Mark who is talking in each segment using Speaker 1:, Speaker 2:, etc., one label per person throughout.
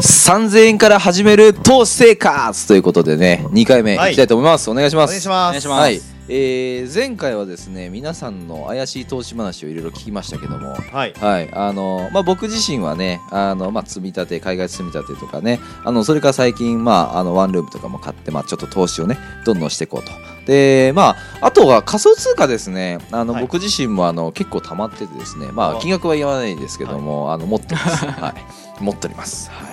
Speaker 1: 3000円から始める投資生活ということでね、2回目いきたいと思います。お願いし
Speaker 2: お
Speaker 1: ま
Speaker 2: 願い
Speaker 1: す
Speaker 2: し。ます。
Speaker 3: お願いし
Speaker 1: は
Speaker 3: ま
Speaker 1: い
Speaker 3: す。
Speaker 1: えー、前回はですね、皆さんの怪しい投資話をいろいろ聞きましたけども、
Speaker 2: はい。
Speaker 1: はい、あの、まあ、僕自身はね、あの、まあ、積み立て、海外積み立てとかね、あの、それから最近、まあ、あの、ワンルームとかも買って、まあ、ちょっと投資をね、どんどんしていこうと。で、まあ、あとは仮想通貨ですね、あの、
Speaker 2: はい
Speaker 1: 僕自身も、あの、結構溜まっててですね、まあ、
Speaker 2: あ
Speaker 1: 金額は言わないですけども、あの、持って ます。はい。持っております。はい。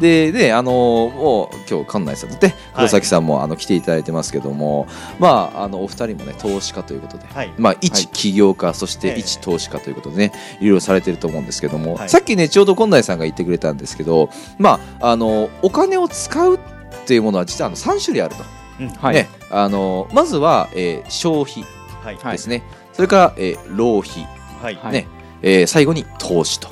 Speaker 1: で、ね、あの、もう、今日、館内さんとで、黒崎さんも、あの、来ていただいてますけども、まあ、あの、お二人もね、投資家ということで、
Speaker 2: はい。
Speaker 1: まあ、
Speaker 2: は
Speaker 1: 一
Speaker 2: い
Speaker 1: 起業家、そして
Speaker 2: ええ
Speaker 1: 一投資家ということでね、いろいろされてると思うんですけども、
Speaker 2: はい
Speaker 1: さっきね、ちょうど近内さんが言ってくれたんですけど、まあ、あの、お金を使うっていうものは実はあの3種類あると。
Speaker 2: うん
Speaker 3: はい。
Speaker 1: ね、あの、まずは、えー消費
Speaker 2: はい。
Speaker 3: は
Speaker 1: ですね。それから、えー浪費、
Speaker 2: はい。
Speaker 3: はい
Speaker 1: ね、えー最後に投資と。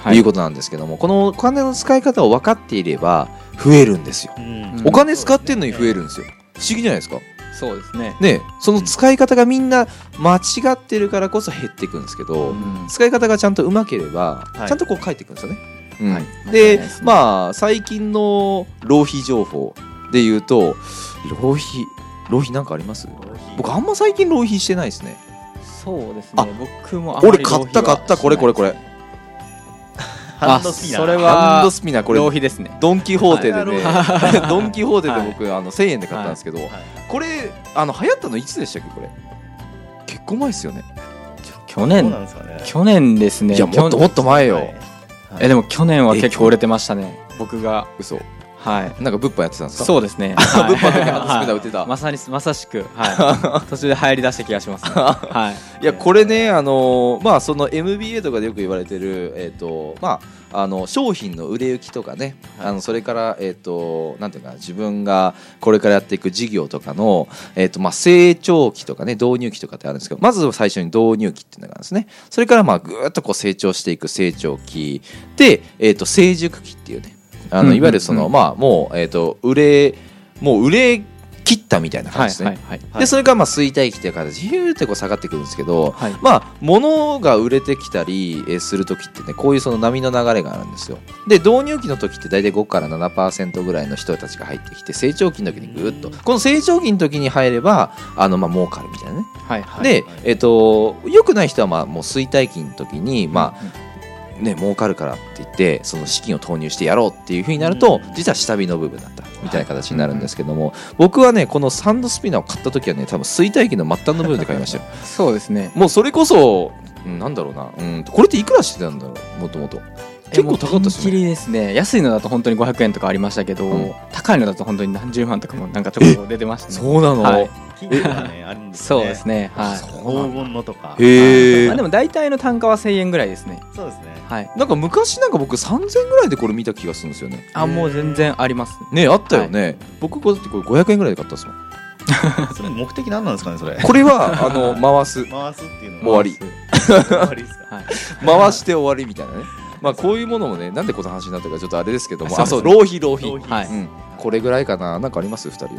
Speaker 3: はい
Speaker 1: いうことなんですけども、このお金の使い方を分かっていれば増えるんですよ。
Speaker 2: うん
Speaker 1: お金使ってんのに増えるんですよ。不思議じゃないですか。
Speaker 3: そうですね。
Speaker 1: ね、その使い方がみんな間違ってるからこそ減っていくんですけど、
Speaker 3: うん
Speaker 1: 使い方がちゃんとうまければ、
Speaker 2: はい
Speaker 1: ちゃんとこう書いていくんですよね。うん
Speaker 3: はい間違い
Speaker 1: で
Speaker 3: ないですね
Speaker 1: まあ最近の浪費情報で言うと浪費浪費なんかあります僕
Speaker 2: 僕
Speaker 1: あんま最近浪費してないですね
Speaker 3: そうです
Speaker 1: あ
Speaker 3: ね。僕もあまり
Speaker 1: 俺買った買ったこれこれこれ
Speaker 2: ハンドスピナー。
Speaker 3: あそれは
Speaker 1: ハンドスピナーこれ
Speaker 3: 浪費ですね。
Speaker 1: ドン・キホーテでね、 ドン・キホーテ
Speaker 3: は
Speaker 1: で
Speaker 3: い
Speaker 1: 僕、あの1000円で買ったんですけど、
Speaker 2: はい
Speaker 1: これあの流行ったのいつでしたっけこれ結構前ですよね
Speaker 3: 去
Speaker 2: そうな
Speaker 3: 年
Speaker 2: んですかね。
Speaker 3: 去年ですね。
Speaker 1: いやもっともっと前よ、
Speaker 2: はい
Speaker 3: えでも去年は結構売れてましたね。僕が
Speaker 1: 嘘
Speaker 3: はい。
Speaker 1: なんか物販やってたんですか
Speaker 3: そう ですね。
Speaker 1: 物販
Speaker 3: はい
Speaker 1: でハンドスピナー売ってた
Speaker 3: まさにまさしく、 はい、途中で流行り出した気がします、ね。はい。
Speaker 1: いやこれね、あのーまあ、その MBA とかでよく言われてる、えーとまあ、あの商品の売れ行きとかね、
Speaker 2: はい
Speaker 1: あのそれから、えー、となんていうかな自分がこれからやっていく事業とかの、えーとまあ、成長期とか、ね、導入期とかってあるんですけどまず最初に導入期っていうのがあるんですねそれからまあぐーっとこう成長していく成長期で、えー、と成熟期っていうねあ
Speaker 3: うんうん
Speaker 1: の
Speaker 3: うん
Speaker 1: いわゆるその、まあ、もう、えー、と売れもう売れ切ったみたいな感じですね。
Speaker 3: はいはい
Speaker 2: はい
Speaker 1: でそれがまあ衰退期という形でヒューってこう下がってくるんですけど、
Speaker 3: はい。はい。
Speaker 1: まあ、物が売れてきたりえーする時ってねこういうその波の流れがあるんですよで導入期の時って大体5から7%ぐらいの人たちが入ってきて成長期の時にぐーっとこの成長期の時に入ればあのまあ儲かるみたいなね、
Speaker 3: はいはい。
Speaker 1: で
Speaker 2: はい、
Speaker 1: えっと良くない人はまあもう衰退期の時にまあね、儲かるからって言ってその資金を投入してやろうっていうふうになると、
Speaker 2: うん
Speaker 1: 実は下火の部分だったみたいな形になるんですけども、僕はねこのサンドスピナーを買った時はね多分衰退期の末端の部分で買いましたよ
Speaker 3: そうですね。
Speaker 1: もうそれこそ、うん、なんだろうなうんとこれっていくらしてたんだろうもともと結構高かったで
Speaker 3: ですす
Speaker 1: よ
Speaker 3: ね。
Speaker 1: ね
Speaker 3: りですね。安いのだと本当に500円とかありましたけど、
Speaker 1: うん
Speaker 3: 高いのだと本当に何十万とかもなんかちょこちょこ出てましたね。
Speaker 1: そうなの、
Speaker 3: はい
Speaker 2: 金貨がねあるんです
Speaker 3: そ
Speaker 2: よ
Speaker 3: う
Speaker 2: ね。
Speaker 3: ですね。はい。
Speaker 1: そうな
Speaker 2: 黄
Speaker 1: の
Speaker 2: 金のとか。
Speaker 1: へえ
Speaker 3: まあでも大体の単価は1000円ぐらいですね。
Speaker 2: そうですね。
Speaker 3: はい。
Speaker 1: なんか昔なんか僕3000ぐらいでこれ見た気がするんですよね
Speaker 3: あ、もう全然あります。
Speaker 1: ねあったよね、僕こうだってこれ500円ぐらいで買ったんですもん
Speaker 2: それ目的何なんですかねそれ。
Speaker 1: これはあの回す
Speaker 2: 回すっていうの
Speaker 1: もう終わり
Speaker 2: 終わ りですか。
Speaker 3: はい。
Speaker 1: 回して終わりみたいなねまあこういうものもねなんでこの話になったかちょっとあれですけどもあ
Speaker 3: あ
Speaker 1: そ
Speaker 3: そう
Speaker 1: う
Speaker 3: です
Speaker 1: 浪費浪費
Speaker 2: 浪費
Speaker 3: はい
Speaker 1: うん、これぐらいかななんかあります2人は、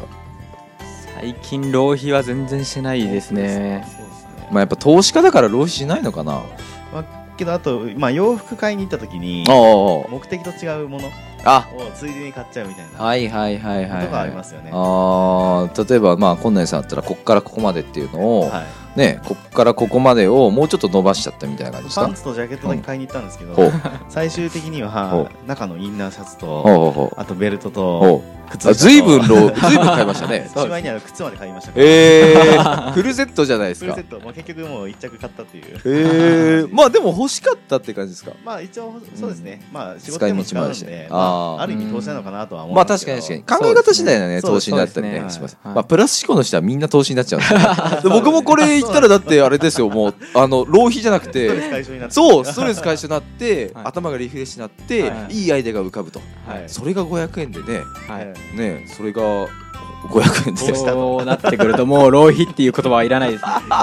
Speaker 3: 最近浪費は全然してないですね。
Speaker 2: そうですね。
Speaker 1: まあ、やっぱ投資家だから浪費しないのかなあ
Speaker 2: けどあとまあ洋服買いに行った時に
Speaker 1: あ
Speaker 2: 目的と違うものを
Speaker 1: あ
Speaker 2: ついでに買っちゃうみたいな。
Speaker 1: はいはいはいはい、
Speaker 2: とかありますすよね。
Speaker 1: あー例えばまあ今内さんだったらこっからここまでっていうのを、
Speaker 2: はい。
Speaker 1: ねこっからここまでをもうちょっと伸ばしちゃったみたいな感じです
Speaker 2: パ
Speaker 1: か
Speaker 2: ンツとジャケットだけ買いに行ったんですけど、
Speaker 1: ほう
Speaker 2: 最終的に
Speaker 1: ほ
Speaker 2: は中のインナーシャツ
Speaker 1: ほう
Speaker 2: と
Speaker 1: ほうほう
Speaker 2: あとベルト
Speaker 1: ほ
Speaker 2: と
Speaker 1: う
Speaker 2: 靴
Speaker 1: あ
Speaker 2: 下と
Speaker 1: 随分浪随分買いましたね
Speaker 2: しまいには靴まで買いましたから
Speaker 1: えー、フルセットじゃないです
Speaker 2: フル
Speaker 1: か
Speaker 2: セット、まあ、結局もう1着買ったっていう
Speaker 1: えー、まあでも欲しかったって感じですか
Speaker 2: まあ一応そうですね、まあ仕事
Speaker 1: 使い
Speaker 2: で
Speaker 1: 道も
Speaker 2: も使うん
Speaker 1: ある
Speaker 2: で
Speaker 1: し
Speaker 2: あ,、ま
Speaker 1: あー
Speaker 2: あ、ある意味投資なのかなとは思
Speaker 1: まあ
Speaker 2: うんです
Speaker 1: 確
Speaker 2: け
Speaker 1: か
Speaker 2: ど
Speaker 1: に確かに考え方次第だね
Speaker 3: そう
Speaker 1: 投
Speaker 3: で
Speaker 1: 資
Speaker 3: すね
Speaker 1: になったりね
Speaker 3: そうです
Speaker 1: し
Speaker 2: ね
Speaker 1: ます、
Speaker 3: はい
Speaker 1: まあプラス思考の人はみんな投資になっちゃうんでで
Speaker 2: そうですね
Speaker 1: 僕もこれ言ったらだってあれですよもうあの浪費じゃなく
Speaker 2: ストレ ス
Speaker 1: て
Speaker 2: 解消になって
Speaker 1: そうストレス解消になって、
Speaker 3: はい
Speaker 1: 頭がリフレッシュになって、
Speaker 3: はい
Speaker 1: い、いアイデアが浮かぶと、
Speaker 3: はい。
Speaker 1: それが500円でね
Speaker 3: はい。
Speaker 1: ねそれが500円
Speaker 2: どう
Speaker 1: で
Speaker 2: したの
Speaker 3: そうなってくるともう浪費っていう言葉はいらないですね。はい
Speaker 2: ま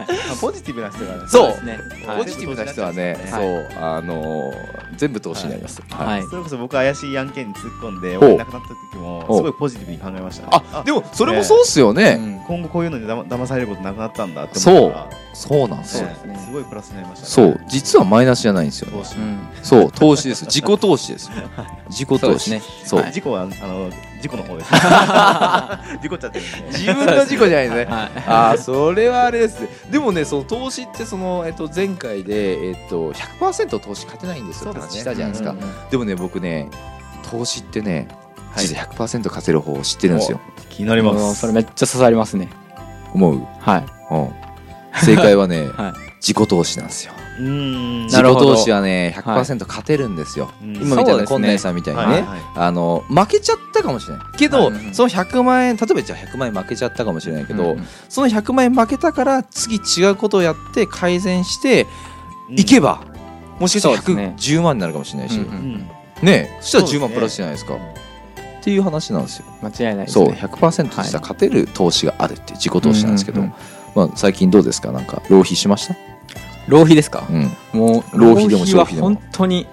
Speaker 2: あポジティブな人がね
Speaker 1: そう
Speaker 3: ですね。は
Speaker 1: ポ
Speaker 3: い
Speaker 1: ジティブな人はね、
Speaker 2: はい
Speaker 1: そうあのー全部投資になります。
Speaker 3: はい
Speaker 1: はい
Speaker 2: それこそ僕怪しい案件に突っ込んで、
Speaker 1: お
Speaker 2: お金なくなった時もす
Speaker 1: お
Speaker 2: ごいポジティブに考えましたね、
Speaker 1: あでもそれもそうっすよ
Speaker 3: う
Speaker 1: ね。
Speaker 3: ん
Speaker 2: 今後こういうのにだま騙されることなくなったんだって思ったら
Speaker 1: そうなんです
Speaker 2: そう
Speaker 1: よ
Speaker 2: で。すねすごいプラスになりましたね
Speaker 1: そう実はマイナスじゃないんですよね。
Speaker 2: 投資
Speaker 3: うん
Speaker 1: そう投資ですよ自己投資ですよ。自己
Speaker 3: そう
Speaker 1: 投
Speaker 3: です
Speaker 1: 資
Speaker 3: ね
Speaker 1: そう
Speaker 2: 事故はあの事故の 方です事故っちゃってるんで
Speaker 1: 自分の事故じゃないで すね。
Speaker 3: はい
Speaker 1: ああそれはあれですねでもねその投資ってその、えっと、前回で、えっと、100%投資勝てないんですよって
Speaker 2: そう
Speaker 1: 話
Speaker 2: で
Speaker 1: し
Speaker 2: すね
Speaker 1: たじゃないですか
Speaker 2: うん
Speaker 1: でもね僕ね投資ってね
Speaker 2: はい
Speaker 1: 実は100%勝てる方を知ってるんですよ
Speaker 2: 気になり
Speaker 3: う
Speaker 2: ま
Speaker 3: ん
Speaker 2: す
Speaker 3: それめっちゃ刺さりますね
Speaker 1: 思う、うん、
Speaker 3: はい
Speaker 1: 正解はね、
Speaker 3: はい
Speaker 1: 自己投資なんですよ
Speaker 2: うーん
Speaker 1: 自
Speaker 3: な
Speaker 1: 己
Speaker 3: るほど
Speaker 1: 投資はね100%勝てるんですよ、
Speaker 2: うん
Speaker 1: 今みたい
Speaker 3: そうで
Speaker 1: な
Speaker 3: すね
Speaker 1: こんなさんみたいにね、
Speaker 2: はいはい
Speaker 1: あの負けちゃったかもしれないけど、
Speaker 3: はい
Speaker 1: その100万円例えばじゃあ100万円負けちゃったかもしれないけど、
Speaker 3: うん
Speaker 1: その100万円負けたから次違うことをやって改善して
Speaker 2: うん
Speaker 1: いけば、もしかしたら
Speaker 3: そうですね
Speaker 1: 110万になるかもしれないし、
Speaker 3: うんうん
Speaker 2: うん
Speaker 1: ねそしたら10
Speaker 2: そうです
Speaker 1: 万
Speaker 2: ね
Speaker 1: プラスじゃないですか。っていう話なんですよ。
Speaker 3: 間違いないです
Speaker 1: そう、
Speaker 3: ね
Speaker 1: 100%実は勝てる投資があるっていう自己投資なんですけど、
Speaker 3: うんうん
Speaker 1: まあ最近どうですかなんか浪費しました？
Speaker 3: 浪費ですか
Speaker 1: うん。
Speaker 3: もう
Speaker 1: 浪費でも消
Speaker 3: は
Speaker 1: 費でも
Speaker 3: 本当に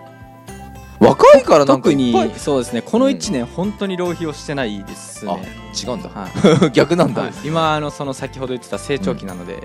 Speaker 1: 若いからなんか
Speaker 3: 特
Speaker 1: いっ
Speaker 3: に
Speaker 1: ぱい
Speaker 3: そうですねこの1年本当に浪費をしてないですね
Speaker 1: 違うんだ。
Speaker 3: は い
Speaker 1: 逆なんだ。
Speaker 3: 今あのその先ほど言ってた成長期なので、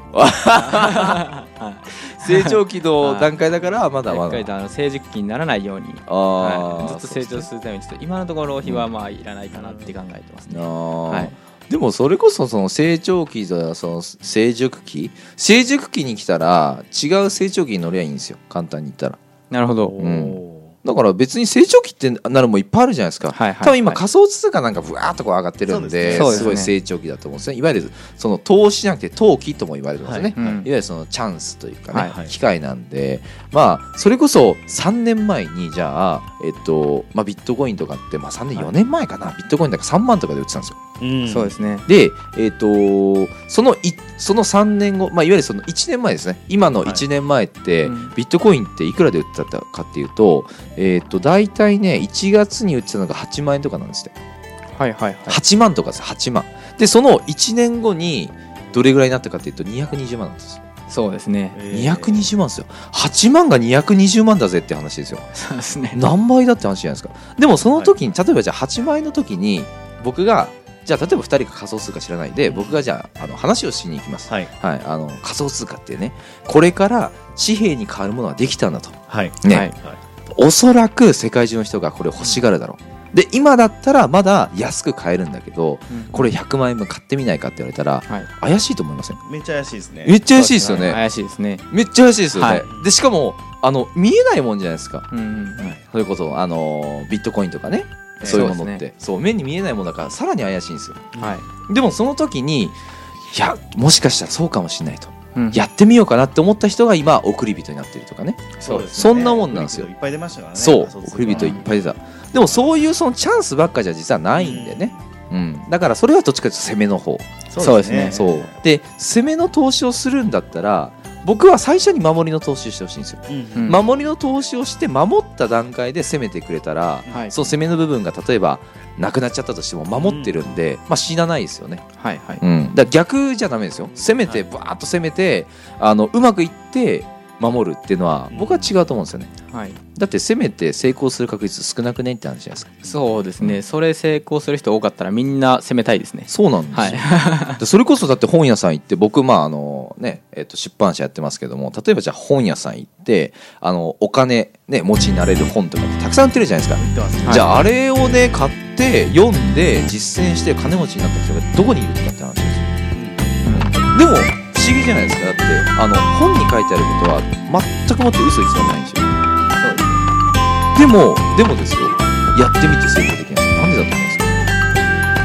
Speaker 3: はい
Speaker 1: 成長期の段階だからまだまだ
Speaker 3: 一回。とあの成熟期にならないように、
Speaker 1: あ
Speaker 3: はい
Speaker 1: あ、
Speaker 3: ずっと成長するためにちょっと今のところ浪費はまあいらないかなって考えてますね、
Speaker 1: あ
Speaker 3: は
Speaker 1: あ、
Speaker 3: い、
Speaker 1: でもそれこそその成長期とその成熟期成熟期に来たら違う成長期に乗りゃいいんですよ簡単に言ったら
Speaker 3: なるほど、
Speaker 2: お
Speaker 1: う
Speaker 2: ー
Speaker 1: だから別に成長期ってなるもんいっぱいあるじゃないですか、
Speaker 3: はいはい
Speaker 1: 多分今仮想通貨なんかぶわーっとこう上がってるんで
Speaker 3: そうですね
Speaker 1: すごい成長期だと思うんですねいわゆるその投資じゃなくて投機とも言われるんですよね、
Speaker 3: う
Speaker 1: い
Speaker 3: ん
Speaker 1: わゆるそのチャンスというかね、
Speaker 3: はい
Speaker 2: はい
Speaker 1: 機会なんで、まあ、それこそ3年前にじゃあ、えっとまあ、ビットコインとかって、まあ、3年
Speaker 2: はい
Speaker 1: 4年前かな、ビットコインなんか3万とかで売ってたんですよ
Speaker 2: うん
Speaker 3: そうですね
Speaker 1: で、えー、とそのいその3年後、まあ、いわゆるその1年前ですね今の
Speaker 2: はい
Speaker 1: 1年前って、
Speaker 3: うん
Speaker 1: ビットコインっていくらで売ってたかっていうと,、えー、と大体ね1月に売ってたのが8万円とかなんですって
Speaker 3: はいはいはい
Speaker 1: 8万とかです8万でその1年後にどれぐらいになったかっていうと220万なんですよ
Speaker 3: そうですね
Speaker 2: えー
Speaker 1: 220万ですよ8万が220万だぜって話ですよ
Speaker 3: そうですね
Speaker 1: 何倍だって話じゃないですかでもその時に、例えばじゃあ8万円の時に僕がじゃあ例えば2人が仮想通貨知らないで僕がじゃああの話をしに行きます、
Speaker 2: はい
Speaker 1: はい、あの仮想通貨ってねこれから紙幣に変わるものはできたんだと、
Speaker 2: はい
Speaker 1: ね
Speaker 3: はい
Speaker 1: おそらく世界中の人がこれ欲しがるだろうで今だったらまだ安く買えるんだけどこれ100万円分買ってみないかって言われたら
Speaker 3: はい
Speaker 1: 怪しいと思いません
Speaker 2: めっちゃ怪しいですね
Speaker 1: めっちゃ怪しいですよね
Speaker 3: 怪しいですね
Speaker 1: めっちゃ怪しいですよね、
Speaker 3: はい
Speaker 1: でしかもあの見えないもんじゃないですか
Speaker 3: うんうんうん
Speaker 1: それこそあのービットコインとかね
Speaker 2: えー
Speaker 1: そういうものって
Speaker 3: そ
Speaker 1: そ
Speaker 3: う
Speaker 1: う,、
Speaker 3: で
Speaker 1: 目に見えないものだからさらに怪しいんですよ
Speaker 3: はい
Speaker 1: でもその時にいやもしかしたらそうかもしれないと、
Speaker 3: うん
Speaker 1: やってみようかなって思った人が今送り人になってるとかね
Speaker 2: そうです
Speaker 1: そ
Speaker 2: ね
Speaker 1: んなもんなんですよ
Speaker 2: いっぱい出ましたからね
Speaker 1: そう
Speaker 2: 仮想通貨
Speaker 1: 送り人いっぱい出たでもそういうそのチャンスばっかじゃ実はないんでね、うんだからそれはどっちかというと攻めの方
Speaker 2: そうですね
Speaker 1: そうで攻めの投資をするんだったら僕は最初に守りの投資をしてほしいんですよ、
Speaker 2: うん
Speaker 3: うん
Speaker 1: 守りの投資をして守った段階で攻めてくれたら、
Speaker 3: はい
Speaker 1: その攻めの部分が例えばなくなっちゃったとしても守ってるんで、まあ、死なないですよね、
Speaker 3: はいはい
Speaker 1: うん、だから逆じゃダメですよ攻めて
Speaker 2: は
Speaker 1: バーッと攻めてあのうまくいって守るっていうのは
Speaker 2: うん
Speaker 1: 僕は違うと思うんですよね
Speaker 3: はい
Speaker 1: だって攻めて成功する確率少なくねって話じゃないですか
Speaker 3: そうですねそれ成功する人多かったらみんな攻めたいですね
Speaker 1: そうなんですよ、
Speaker 3: はい
Speaker 1: でそれこそだって本屋さん行って僕まああのね、えっと出版社やってますけども例えばじゃあ本屋さん行ってあのお金ね持ちになれる本とかってたくさん売ってるじゃないですか
Speaker 2: 言ってますね
Speaker 3: はい
Speaker 1: じゃああれをね買って読んで実践して金持ちになった人がどこにいるかって話ですよでも不思議じゃないですかだってあの本に書いてあることは全くもって嘘偽りないんですよでもでもですよやってみて成功できないんですよなんでだと思いますか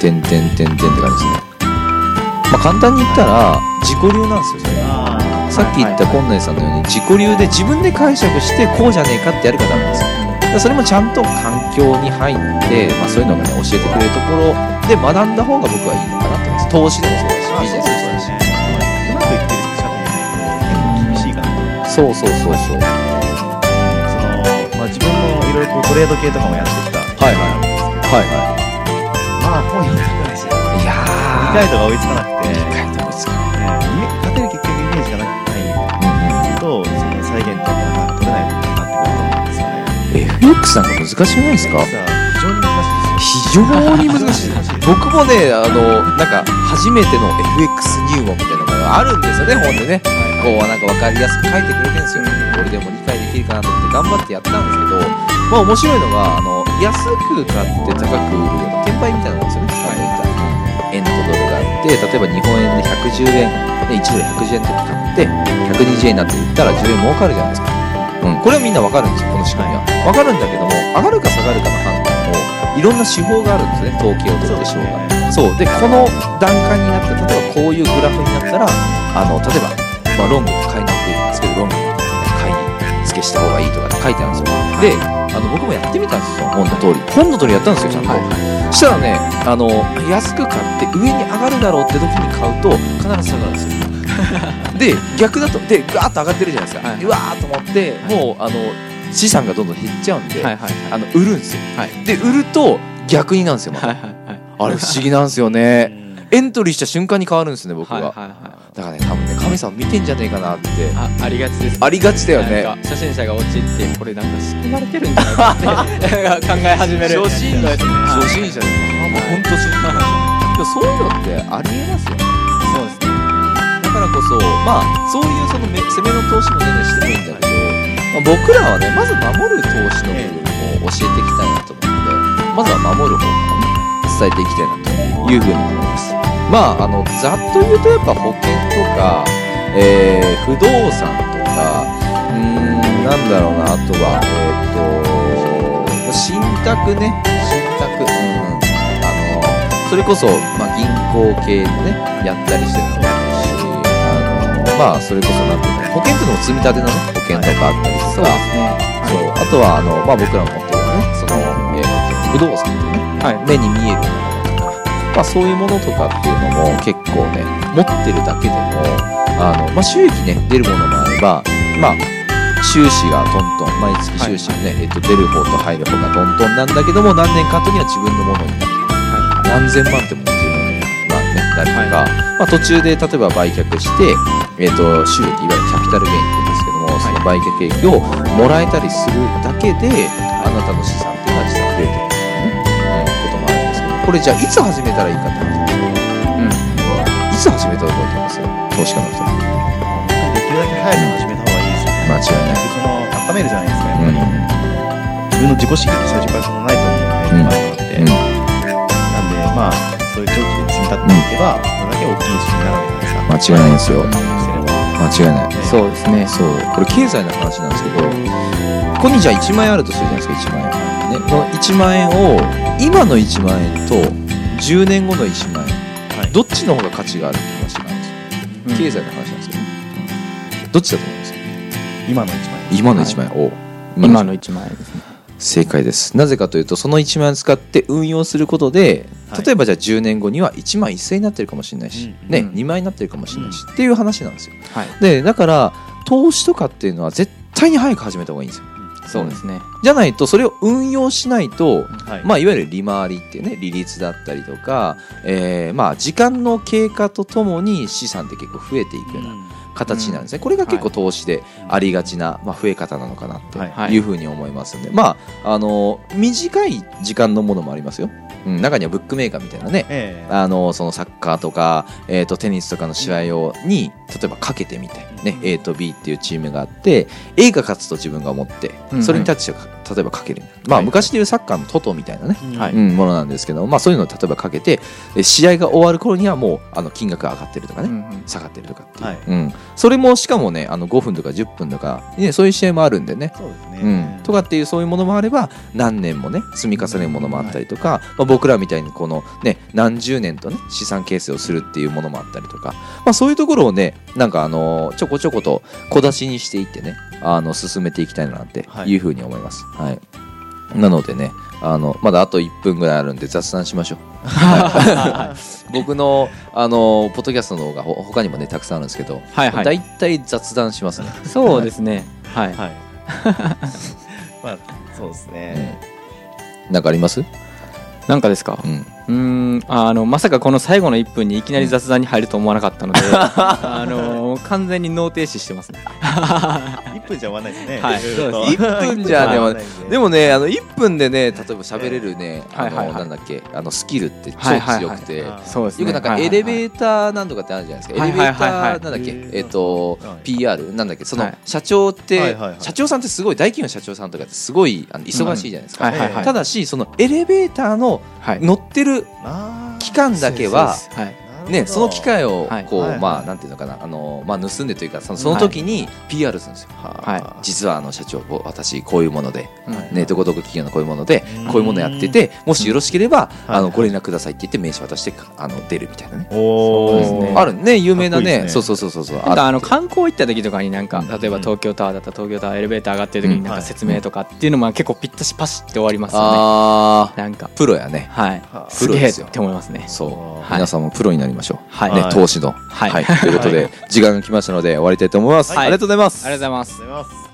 Speaker 1: てんてんてんてんって感じですねまあ簡単に言ったら自己流なんですよそれは
Speaker 2: あ
Speaker 1: さっき言った
Speaker 3: はい
Speaker 1: 近内さんのように自己流で自分で解釈してこうじゃねえかってやるからダメなんですよだからそれもちゃんと環境に入って、まあ、そういうのがね教えてくれるところで学んだ方が僕はいいのかなと思います投資でもそうだし
Speaker 2: あ
Speaker 1: ビジネスでもそうだし
Speaker 2: うまくいってる人しかいないと厳しいかな
Speaker 1: そうそうそうそうは
Speaker 2: その、まあ、自分もいろいろトレード系とかもやってきた
Speaker 1: はいいは
Speaker 2: まあ本読んでたし
Speaker 1: いいや
Speaker 2: 理
Speaker 1: ー
Speaker 2: 解度が追いつかなく
Speaker 1: 理
Speaker 2: て、
Speaker 1: 解と思いつかない
Speaker 2: ね勝てる結局イメージがなくな
Speaker 1: うん
Speaker 2: い
Speaker 1: うん
Speaker 2: とその再現とかが取れないことになってくると思うんで
Speaker 1: ックスなんか難しくないですか
Speaker 2: さあ非常に難しいです
Speaker 1: 非常に難しい僕もねあのなんか初めての FX 入門みたいなのがあるんですよね本でねこうなんか分かりやすく書いてくれてるんですよ俺でも理解できるかなと思って頑張ってやったんですけどまあ面白いのがあの安く買って高く売るような転売みたいなもんですよね、円とドルがあって例えば日本円で110円で1ドル110円とか買って120円になって売ったら10円儲かるじゃないですか、うん、これはみんな分かるんですよこの仕組みは分かるんだけども上がるか下がるかの判断をいろんな手法があるんですね統計を取る手法がそうでこの段階になって例えばこういうグラフになったらあの例えば、まあ、ロング買いにくいですけどロング買いに付けした方がいいとかって書いてあるんですよであの僕もやってみたんですよ本の通り本の通りやったんですよちゃんと、そしたらねあの安く買って上に上がるだろうって時に買うと必ず下がるんですよ で逆だとでガーッと上がってるじゃないですか、
Speaker 3: はいう
Speaker 1: わーと思って、もうあの資産がどんどん減っちゃうんで、
Speaker 3: はいはい
Speaker 1: あの売るんですよ、
Speaker 3: はい
Speaker 1: で売ると逆になんですよ、また
Speaker 3: はいはいはい
Speaker 1: あれ不思議なんですよ ねエントリーした瞬間に変わるんですね僕
Speaker 3: は
Speaker 1: が、
Speaker 3: いはいはい
Speaker 1: だからね多分ね神様見てんじゃねえかなって
Speaker 3: あありがちですね
Speaker 1: ありがちだよね
Speaker 3: なんか初心者が陥ってこれなんか仕組まれてるんじゃないかってなんか考え始める
Speaker 1: 初心者初心者でもう本当初心者でもそういうのってありえますよね
Speaker 3: そうです
Speaker 1: だ
Speaker 3: ね
Speaker 1: からこそ、まあ、そういうそのめ攻めの投資も全然してもいいんだけど、まあ、僕らはねまず守る投資の部分を教えていきたいなと思うのでまずは守る方からね伝えていきたいなというふうに思いますまああのざっと言うとやっぱ保険とか、えー不動産とかうーんなんだろうなあとはえっ、と信託ね信託うんうんあのそれこそ、まあ、銀行系のねやったりしてるのもあるしあのまあそれこそなんていうの保険っていうのも積み立てのね保険とかあったりと
Speaker 3: そう
Speaker 1: か、
Speaker 3: ですね
Speaker 1: そうあとはあの、まあ、僕らも持ってるねその、えー、不動産とね
Speaker 3: はい
Speaker 1: 目に見えるものとか、まあ、そういうものとかっていうのも結構ね持ってるだけでもあの、まあ、収益ね出るものもあればまあ収支がトントン毎月収支がね、えっと、出る方と入る方がトントンなんだけども何年か後には自分のものになる何
Speaker 3: は
Speaker 1: 千万っても自分がねなるとか、まあ、途中で例えば売却して、えー、と収益いわゆるキャピタルゲインって言うんですけども、その売却
Speaker 3: い
Speaker 1: 益をもらえたりするだけであなたの資産っていうのは実は増えてくることもあるんですけどこれじゃあいつ始めたらいいかって話いつ始めたらいいかってますよ投資家の人に
Speaker 2: できるだけ早く始めた方がいいですよね
Speaker 1: 間違いない
Speaker 2: でその温めるじゃないですかやっぱ
Speaker 1: う
Speaker 2: り、自分の自己刺激する時間そんなないと思う
Speaker 1: うん
Speaker 2: ので、今のって、
Speaker 1: ん、うん、
Speaker 2: なんでまあそういう長期で積み立っていけば、それだけ大きい資金になるわけじゃない
Speaker 1: 間
Speaker 2: です
Speaker 1: 違いないんですよ
Speaker 2: か
Speaker 1: 間違いない
Speaker 2: うん
Speaker 3: そうですね
Speaker 1: そうこれ経済の話なんですけどここにじゃあ1万円あるとするじゃないですか1万円、ね、この1万円を今の1万円と10年後の1万円、
Speaker 2: はい
Speaker 1: どっちの方が価値があるって話なんですよ、経済の話なんですよね、どっちだと思います
Speaker 2: 今の一番
Speaker 1: 今の1万円を、
Speaker 3: 今の1万円ですね
Speaker 1: 正解ですなぜかというとその1万円使って運用することで
Speaker 2: はい
Speaker 1: 例えばじゃあ10年後には1万1000円になってるかもしれないし、
Speaker 2: うんうん
Speaker 1: ね、2万円になってるかもしれないし、っていう話なんですよ
Speaker 3: はい
Speaker 1: でだから投資とかっていうのは絶対に早く始めた方がいいんですよ
Speaker 3: そうですね
Speaker 1: じゃないとそれを運用しないと、
Speaker 2: はい、
Speaker 1: まあ、いわゆる利回りっていうね利率だったりとか、えーまあ、時間の経過とともに資産って結構増えていくような形になるんですね、これが結構投資でありがちな、まあ、増え方なのかな
Speaker 2: は
Speaker 1: っ
Speaker 2: い
Speaker 1: ていうふうに思いますんで、まああの短い時間のものもありますよ、うん、中にはブックメーカーみたいなね
Speaker 2: ええ
Speaker 1: あのそのサッカーとか、えー、とテニスとかの試合をに例えばかけてみて、ね、A と B っていうチームがあって A が勝つと自分が思って
Speaker 3: うん
Speaker 1: それに対して例えばかける、まあ、
Speaker 2: はい
Speaker 1: 昔でいうサッカーのトトみたいなね、
Speaker 3: はい
Speaker 1: うん、ものなんですけど、まあ、そういうのを例えばかけてえ試合が終わる頃にはもうあの金額が上がってるとかね、
Speaker 3: うんうん
Speaker 1: 下がってるとかっていう、
Speaker 2: はい
Speaker 1: うん、それもしかもねあの5分とか10分とか、ね、そういう試合もあるんでね
Speaker 2: そうですね、
Speaker 1: うん、と
Speaker 2: か
Speaker 1: かっていうそういうものもあれば何年もね積み重ねるものもあったりとか、まあ、僕らみたいにこのね何十年とね資産形成をするっていうものもあったりとか、まあ、そういうところをねなんかあのちょこちょこと小出しにしていってねあの進めていきたいなって
Speaker 2: はい
Speaker 1: いうふうに思います。はいなのでねあのまだあと1分ぐらいあるんで雑談しましょう。はい僕のあのポッドキャストの方がほ他にもねたくさんあるんですけど、
Speaker 3: はいは
Speaker 1: だ
Speaker 3: い
Speaker 1: いたい雑談しますね。
Speaker 3: そうですねはい
Speaker 2: はいまあそうですね、
Speaker 1: なんかあります？
Speaker 3: なんかですか
Speaker 1: うん。
Speaker 3: うーんあのまさかこの最後の1分にいきなり雑談に入ると思わなかったので、あのもう完全に脳停止してますね。
Speaker 2: 1分じゃ終わらないですね。
Speaker 3: はい
Speaker 2: ろろ
Speaker 1: そうです1分じゃね
Speaker 2: 終わらないん
Speaker 1: でもねあの1分でね例えば喋れるね、
Speaker 3: はい
Speaker 1: あの
Speaker 3: はいはい
Speaker 1: なんだっけあのスキルって超
Speaker 3: はいはい
Speaker 1: 強
Speaker 3: はい
Speaker 1: くて、
Speaker 2: あ
Speaker 3: そうですね。
Speaker 1: よくなんか
Speaker 3: はいは
Speaker 1: エ
Speaker 3: いはい
Speaker 1: レベーターなんとかってあるじゃないですか、
Speaker 3: はいはいはいはい
Speaker 1: エレベーターなんだっけ、
Speaker 2: へー
Speaker 1: えっ、と、
Speaker 2: はい
Speaker 1: PR なんだっけそ
Speaker 3: は
Speaker 1: の
Speaker 3: い
Speaker 1: 社長って、
Speaker 2: はいはいはい
Speaker 1: 社長さんってすごい大企業の社長さんとかってすごいあの忙しいじゃないですか、
Speaker 3: はいはいはい。
Speaker 1: ただしそのエレベーターの
Speaker 3: はい、
Speaker 1: 乗ってる
Speaker 2: あー
Speaker 1: 期間だけは
Speaker 3: そうですはい
Speaker 2: なるほど
Speaker 1: ね、その機会を
Speaker 3: はい
Speaker 1: こう、
Speaker 2: はい
Speaker 1: ま
Speaker 2: は
Speaker 1: あ
Speaker 2: い
Speaker 1: なんていうのかなあの、まあ、盗んでというかそのその時に PR するんですよ、
Speaker 3: はい
Speaker 2: は
Speaker 1: 実はあの社長こう私こういうもので、
Speaker 3: うん
Speaker 2: はい
Speaker 1: ね、どこどこ企業のこういうもので
Speaker 2: うん
Speaker 1: こういうものやっててもしよろしければ
Speaker 2: うん
Speaker 1: あの
Speaker 2: はい
Speaker 1: ご連絡くださいって言って名刺渡してかあの出るみたいなね。
Speaker 2: お
Speaker 3: そ
Speaker 2: お、
Speaker 3: うですね
Speaker 1: あるね有名な
Speaker 2: かっこいい
Speaker 1: ね
Speaker 2: です
Speaker 1: そう
Speaker 2: ね
Speaker 1: そうそうそうそう
Speaker 3: なんかあ
Speaker 1: る
Speaker 3: の観光行った時とかになんか
Speaker 1: うん
Speaker 3: 例えば東京タワーだったら東京タワーエレベーター上がってる時
Speaker 1: う
Speaker 3: に
Speaker 1: ん
Speaker 3: なん
Speaker 2: はい
Speaker 3: か説明とかっていうのも結構ピッタシパシって終わりますよね。
Speaker 1: あ
Speaker 3: なんか
Speaker 1: ープロやね
Speaker 3: はい
Speaker 2: はあ
Speaker 3: すげえって思いますね。
Speaker 1: そう、
Speaker 3: はい
Speaker 1: 皆さんもプロになりましょう、
Speaker 3: はい、
Speaker 1: ね
Speaker 3: あ
Speaker 2: はい
Speaker 1: 投資の、
Speaker 3: はい
Speaker 1: ということで、時間が来ましたので終わりたいと思います、
Speaker 3: は
Speaker 1: あ
Speaker 3: い
Speaker 1: りがとうございます
Speaker 3: りがとうございます。
Speaker 2: りがとうございます。